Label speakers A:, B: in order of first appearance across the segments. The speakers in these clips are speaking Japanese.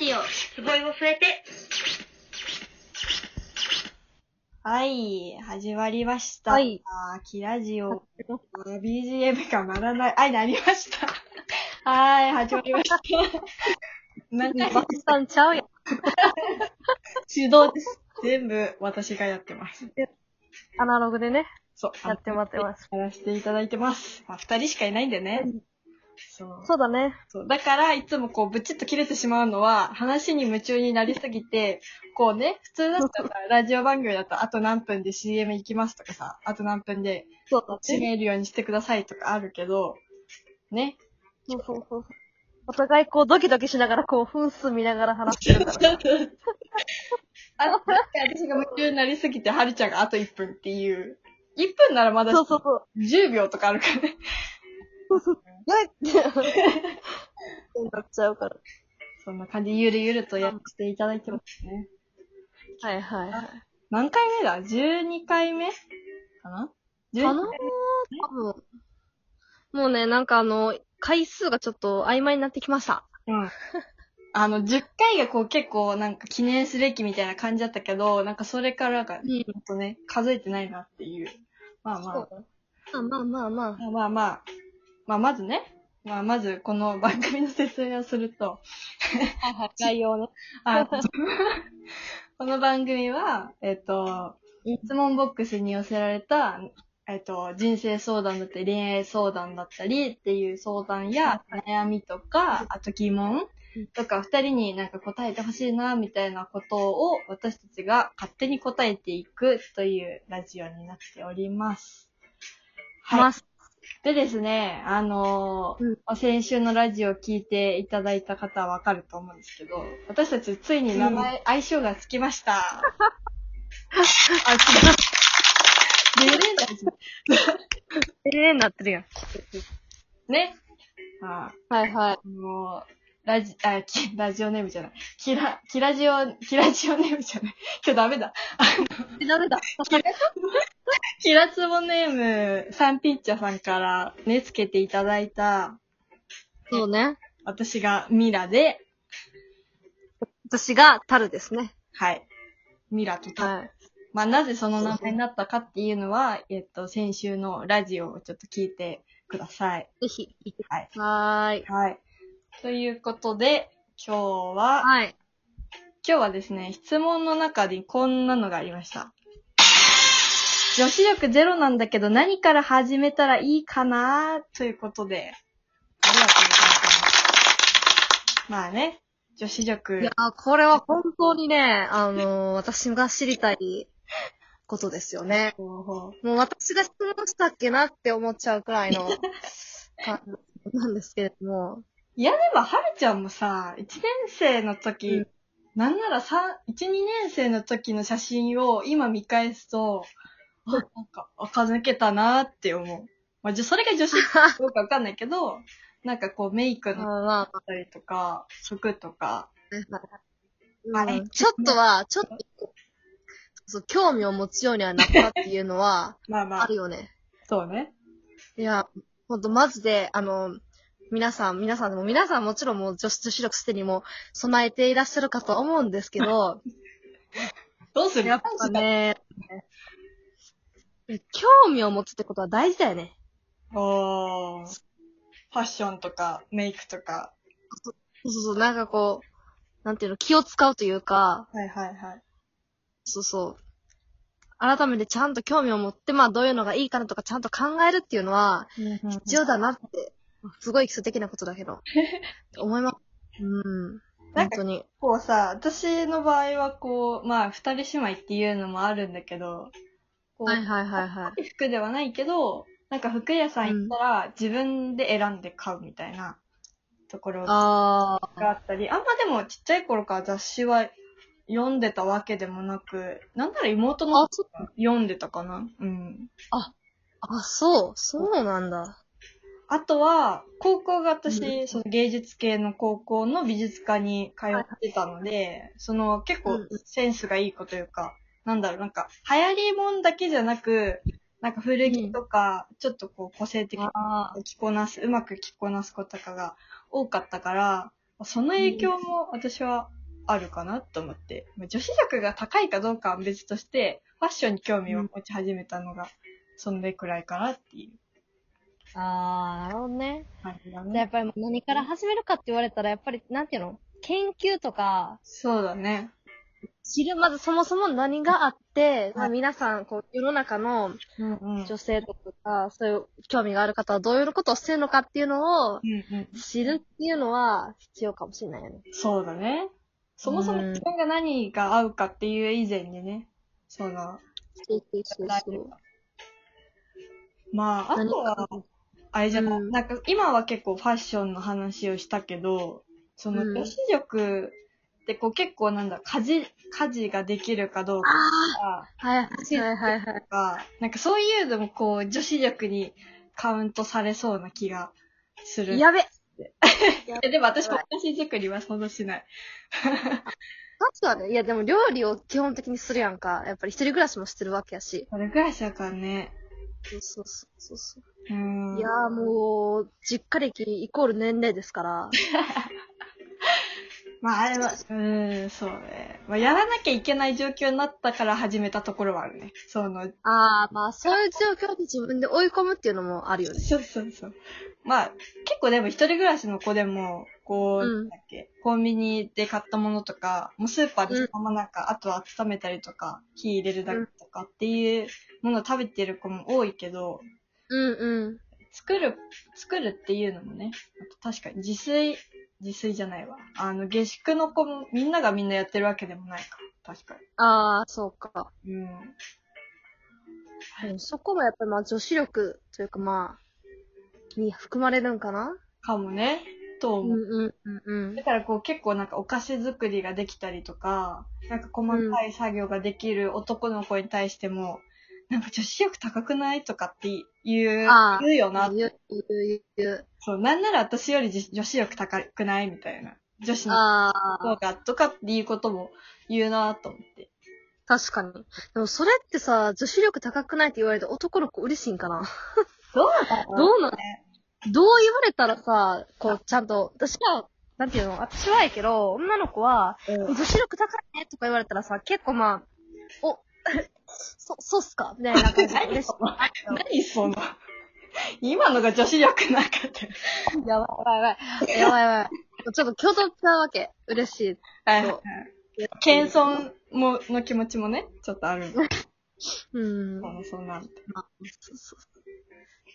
A: ジオ、すごいを添えて。
B: はい、始まりました。
C: はい。
B: あーキラジオ。BGM が鳴らない。あ、鳴りました。はーい、始まりました。なん
C: バ
B: か、
C: スさんちゃうやん。
B: 手動です。全部私がやってます。
C: アナログでね、
B: そう。
C: やってもらってます。
B: す。やらせていただいてます。まあ、二人しかいないんでね。そう。
C: そうだね。
B: そう。だから、いつもこう、ブチッと切れてしまうのは、話に夢中になりすぎて、こうね、普通だったら、ラジオ番組だと、あと何分で CM 行きますとかさ、あと何分で
C: そうだ
B: 締。めるようにしてくださいとかあるけど、 ね。
C: そうそうそう。お互いこうドキドキしながらこう分数見ながら話してるから。
B: あの、私が夢中になりすぎて、はるちゃんがあと1分っていう。1分ならまだ
C: そうそうそう。
B: 10秒とかあるからね。
C: なってなっちゃうから。
B: そんな感じ、ゆるゆるとやっていただいてますね。
C: はいはいはい。
B: 何回目だ ?12 回目かな
C: か
B: ?12
C: なー多分。もうね、なんかあの、回数がちょっと曖昧になってきました。
B: うん。 あの、10回がこう結構なんか記念すべきみたいな感じだったけど、なんかそれからが、
C: ん
B: ほんとね、数えてないなっていう。まあまあ
C: そ。まあまあまあまあ。
B: まあまあまあ。まあまずね。まあまずこの番組の説明をすると。
C: 概要ね。
B: あこの番組は、えっ、と、質問ボックスに寄せられた、えっ、と、人生相談だったり、恋愛相談だったりっていう相談や、悩みとか、あと疑問とか、二人になんか答えてほしいな、みたいなことを私たちが勝手に答えていくというラジオになっております。はい。
C: ます。
B: でですね、あのー
C: うん
B: まあ先週のラジオを聞いていただいた方はわかると思うんですけど、私たちついに名前、相性がつきました。あ、違う。で
C: ええになってるやん。
B: ね。あ
C: はいはい。
B: もう、ラジ、あ、きラジオネームじゃない。キラ、キラジオ、キラジオネームじゃない。今日ダメだ。
C: え、ダメだ。
B: キラツボネーム、サンピッチャさんからね、つけていただいた、
C: そうね。
B: 私がミラで、
C: 私がタルですね。
B: はい。ミラとタ
C: はい。
B: まあ、なぜその名前になったかっていうのは、えっと、先週のラジオをちょっと聞いてください。
C: ぜひ、行って
B: はい。
C: はーい。
B: はい。ということで、今日は、
C: はい。
B: 今日はですね、質問の中にこんなのがありました。女子力ゼロなんだけど何から始めたらいいかなということで、ありがとうございます。まあね、女子
C: いや
B: 力、
C: ー、これは本当にね、あのー 私が知りたいことですよね。
B: 方法。
C: もう私が質問したっけなって思っちゃうくらい の感じなんですけれども。
B: いや、でも、はるちゃんもさ、1年生の時、
C: うん
B: なんならさ、1、2年生の時の写真を今見返すと、あ、なんか、垢抜けたなって思う。まあ、じゃ、それが女子かどうかわかんないけど、なんかこう、メイク
C: まあ
B: のあ
C: まあ
B: たりとか、服とか、
C: まあ、
B: はい
C: うんちょっとは、ちょっと、そう、興味を持つようにはなったっていうのは
B: まあま
C: あ
B: あ
C: る、よね。
B: そうね。
C: いや、ほんと、マジで、あの、皆さん、皆さんでも、皆さんもちろんもう女子女子力すでにもう備えていらっしゃるかと思うんですけど、
B: どうする
C: やっぱ。ね、興味を持つってことは大事だよね。
B: おー。ファッションとか、メイクとか。
C: そうそうそう、なんかこう、なんていうの、気を使うというか、
B: はいはいはい。
C: そうそう。改めてちゃんと興味を持って、まあどういうのがいいかなとかちゃんと考えるっていうのは、必要だなって、すごい基礎的なことだけど、思います。うん。
B: なん
C: 本
B: か
C: 当に。
B: こうさ、私の場合はこう、まあ、二人姉妹っていうのもあるんだけど、こう、
C: はいはいはいはい。
B: 服ではないけど、なんか服屋さん行ったら自分で選んで買うみたいなところが
C: あ
B: あ
C: あ。
B: ったり、あんまでもちっちゃい頃から雑誌は読んでたわけでもなく、なんなら妹の
C: あ、そう、
B: 読んでたかなうん。
C: あ、そう、そうなんだ。
B: あとは、高校が私、
C: う
B: その芸術系の高校の美術科に通ってたので、その結構
C: うん
B: センスがいい子というか、なんだろう、なんか流行りもんだけじゃなく、なんか古着とか、ちょっとこう個性的な
C: あ
B: 着こなす、うまく着こなす子とかが多かったから、その影響も私はあるかなと思って。まあ女子力が高いかどうかは別として、ファッションに興味を持ち始めたのが、そんでくらいからってい
A: あー、なるほどね。
B: う感じだ
A: じゃあやっ
B: ね。
A: ぱりもう何から始めるかって言われたら、やっぱり、なんていうの研究とか、
B: そうだね。
C: 知る、まずそもそも何があって、ま
B: は
C: あ
B: い
C: 皆さん、こう、世の中の
B: うんうん。
C: 女性とか、そういう興味がある方はどういうことをしてるのかっていうのを
B: うんうん。
C: 知るっていうのは必要かもしれないよね。
B: そうだね。そもそも
C: うん
B: 自分が何が合うかっていう以前にね、その、
C: そうそうそう
B: まあ、あとは、あれじゃない、
C: うん
B: なんか今は結構ファッションの話をしたけど、その
C: うん
B: 女子力ってこう結構なんだ、家事、家事ができるかどうかとか、
C: はいはいはいはい。
B: がなんかそういうのもこう女子力にカウントされそうな気がする。
C: やべ
B: え、でも私もお菓子作りはそんなしない。
C: 確かね、いやでも料理を基本的にするやんか。やっぱり一人暮らしもしてるわけやし。
B: それぐらいしだからね。
C: そうそうそうそう。
B: うーん。
C: いやーもう、実家歴イコール年齢ですから。
B: まああれは、うーん、そうね。まあやらなきゃいけない状況になったから始めたところはあるね。その、
C: ああ、まあそういう状況に自分で追い込むっていうのもあるよね。
B: そうそうそう。まあ、結構でも一人暮らしの子でも、こう、
C: うん
B: なんだっけ、コンビニで買ったものとか、もうスーパーでそのままなんか、あとは温めたりとか、火入れるだけとかっていうものを食べてる子も多いけど、
C: うんうん。
B: 作る、作るっていうのもね、あと確かに自炊、自炊じゃないわ。あの、下宿の子もみんながみんなやってるわけでもないか。確か
C: ああ、そうか。
B: に。うん。
C: でもそこもやっぱりまあ女子力というかまあ、に含まれるんかな
B: かもね、と
C: う
B: 思う。
C: うんうん
B: だ。からこう結構なんかお菓子作りができたりとか、なんか細かい作業ができる男の子に対しても、なんか女子力高くないとかって言う、
C: ああ
B: 言うよな。
C: 言う、言う、言う。
B: そう、なんなら私よりじ女子力高くないみたいな。女子の
C: ああ、
B: 方がとかっていうことも言うなと思って。
C: 確かに。でもそれってさ、女子力高くないって言われて男の子嬉しいんかな
B: どうだ
C: どうなどう言われたらさ、こう、ちゃんと、私は、なんていうの、私はやけど、女の子は、
B: うん
C: 女子力高いねとか言われたらさ、結構まあ、お、 そ、そうっすかみたいな感 じで嬉しい。
B: 何その、今のが女子力なかったよ。
C: やばいやばいやばい。やばいやばい。ちょっと共同ちゃうわけ。嬉しい。
B: はい
C: そう
B: 謙遜も、の気持ちもね、ちょっとある。
C: うん。
B: そのそんな。
C: そうそうそう。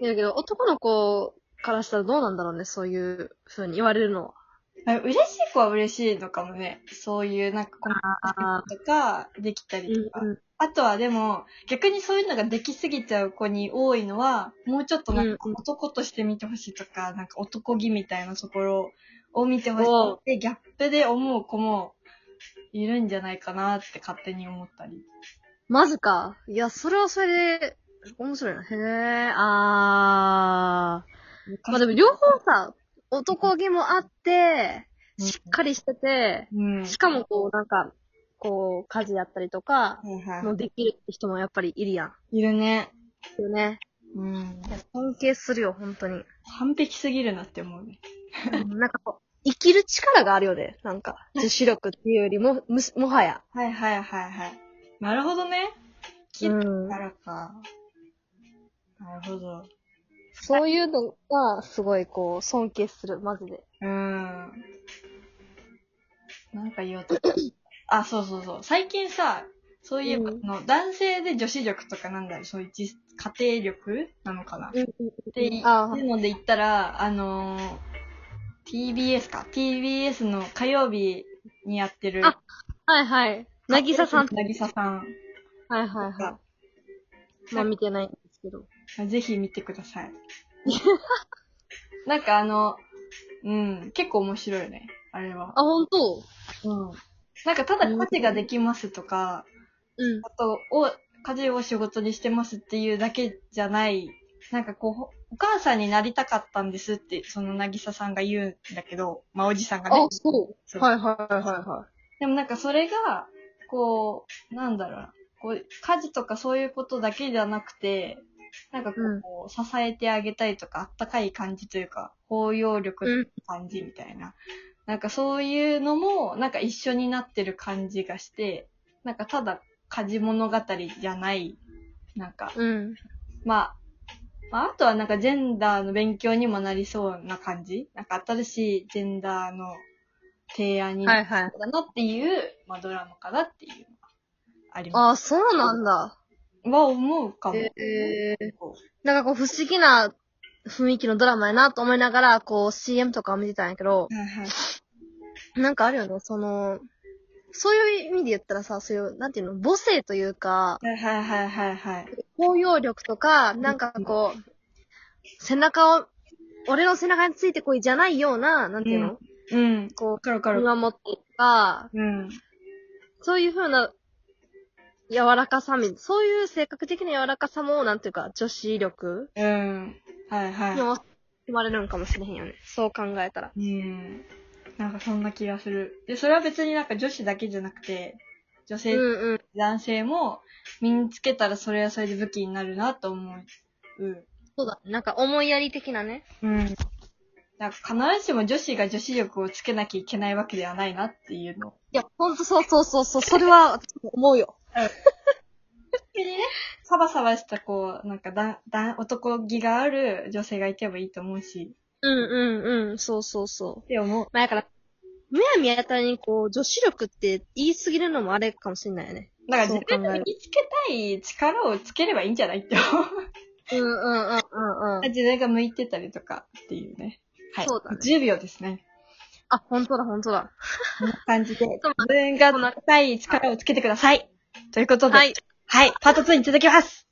C: いやだけど、男の子からしたらどうなんだろうね、そういう風に言われるのは。
B: あ嬉しい子は嬉しいのかもね。そういう、なんか、コミュニケーションとか、できたりとか。
C: うんうん
B: あとはでも、逆にそういうのができすぎちゃう子に多いのは、もうちょっとなんか
C: うんうん
B: 男として見てほしいとか、なんか男気みたいなところを見てほし
C: お
B: いうって、ギャップで思う子もいるんじゃないかなって勝手に思ったり。
C: マジか。いや、それはそれで、面白いな。へえ、あー。まあでも両方さ、男気もあって、
B: うん
C: しっかりしてて、
B: うん。
C: しかもこうなんか、こう、家事やったりとか、
B: はいは
C: もできるって人もやっぱりいるやん。
B: い。いるね。
C: よね。
B: うん。
C: 尊敬するよ、本当に。
B: 完璧すぎるなって思うね。
C: なんかこう、生きる力があるよね。なんか、女子力っていうよりも、むしもはや。
B: はいはいはいはい。なるほどね。き
C: うん
B: からか。なるほど。
C: そういうのが、すごいこう、尊敬する、マジで。
B: うーん。なんか言おうと。 あ、そうそうそう。最近さ、そういえば、
C: うん
B: あの男性で女子力とかなんだろう、そういう自家庭力なのかな、っ
C: うん
B: ていう
C: あー
B: ので言ったら、あのー TBS か。TBS の火曜日にやってる。
C: あはいはい。なぎささん。
B: なぎささん
C: はいはいはい。
B: が、
C: まあ見てないんですけど。
B: ぜひ見てください。 なんかあの、うん、結構面白いね、あれは。
C: あ、本当
B: うん。なんかただ家事ができますとか、
C: うん。
B: あと、を、家事を仕事にしてますっていうだけじゃない、なんかこうほ、お母さんになりたかったんですって、そのなぎささんが言うんだけど、まあおじさんがね
C: あ、。そ。
B: そうう
C: はいはいはいは
B: でもなんかそれが、こう、なんだろうな、こう、家事とかそういうことだけじゃなくて、なんかこう、支えてあげたいとか、あったかい感じというか、包容力の感じみたいななんかそういうのも、なんか一緒になってる感じがして、なんかただ家事物語じゃない、なんか、
C: うん。
B: まあ、まあ、あとはなんかジェンダーの勉強にもなりそうな感じなんか新しいジェンダーの提案にな
C: はいはい。
B: そうだなっていう、まあドラマかなっていうのがありま
C: ああ、そうなんだ。
B: す。は思うかも。
C: えー
B: こ
C: なんかこう不思議な雰囲気のドラマやなと思いながら、こう CM とかを見てたんやけど
B: う、はいはい。
C: なんかあるよね、その、そういう意味で言ったらさ、そういう、なんていうの、母性というか、
B: はいはいはいはいはい。
C: 包容力とか、なんかこう、背中を、俺の背中についてこいじゃないような、なんていうの、
B: んうん。
C: こ
B: わかるわ
C: う、
B: か
C: 見
B: る。
C: 守っていくか、
B: うん。
C: そういう風な柔らかさみ、そういう性格的な柔らかさも、なんていうか、女子力
B: うん。はい
C: に
B: は
C: も生まれるのかもしれへんよね。そう考えたら。
B: い。うん。なんかそんな気がする。で、それは別になんか女子だけじゃなくて、女
C: う
B: 性、
C: んうん。
B: 男性も身につけたらそれはそれで武器になるなと思う。
C: そうだ。なんか思いやり的なね。
B: うん。なんか必ずしも女子が女子力をつけなきゃいけないわけではないなっていうの
C: いや、ほんとそうそうそうそう、それは私も思うよ。
B: にね、 サバサバした、こう、なんかだ、だ、男気がある女性がいてもいいと思うし、
C: うんうんうん、そうそうそう
B: っ。て思う。
C: まあ、だから、むやみやたらにこう、女子力って言い過ぎるのもあれかもしれないよね。
B: だから
C: そう
B: 自
C: 考える
B: 分の身につけたい力をつければいいんじゃないって思う。
C: うんうんうんうんうん。
B: 自分が向いてたりとかっていうね。はい。
C: そうだね
B: 10秒ですね。
C: あ、ほんとだほんとだ。
B: こんな感じで、
C: そう
B: 自分がつけたい力をつけてください。ということで、
C: はい。
B: はい。パート2に続きます。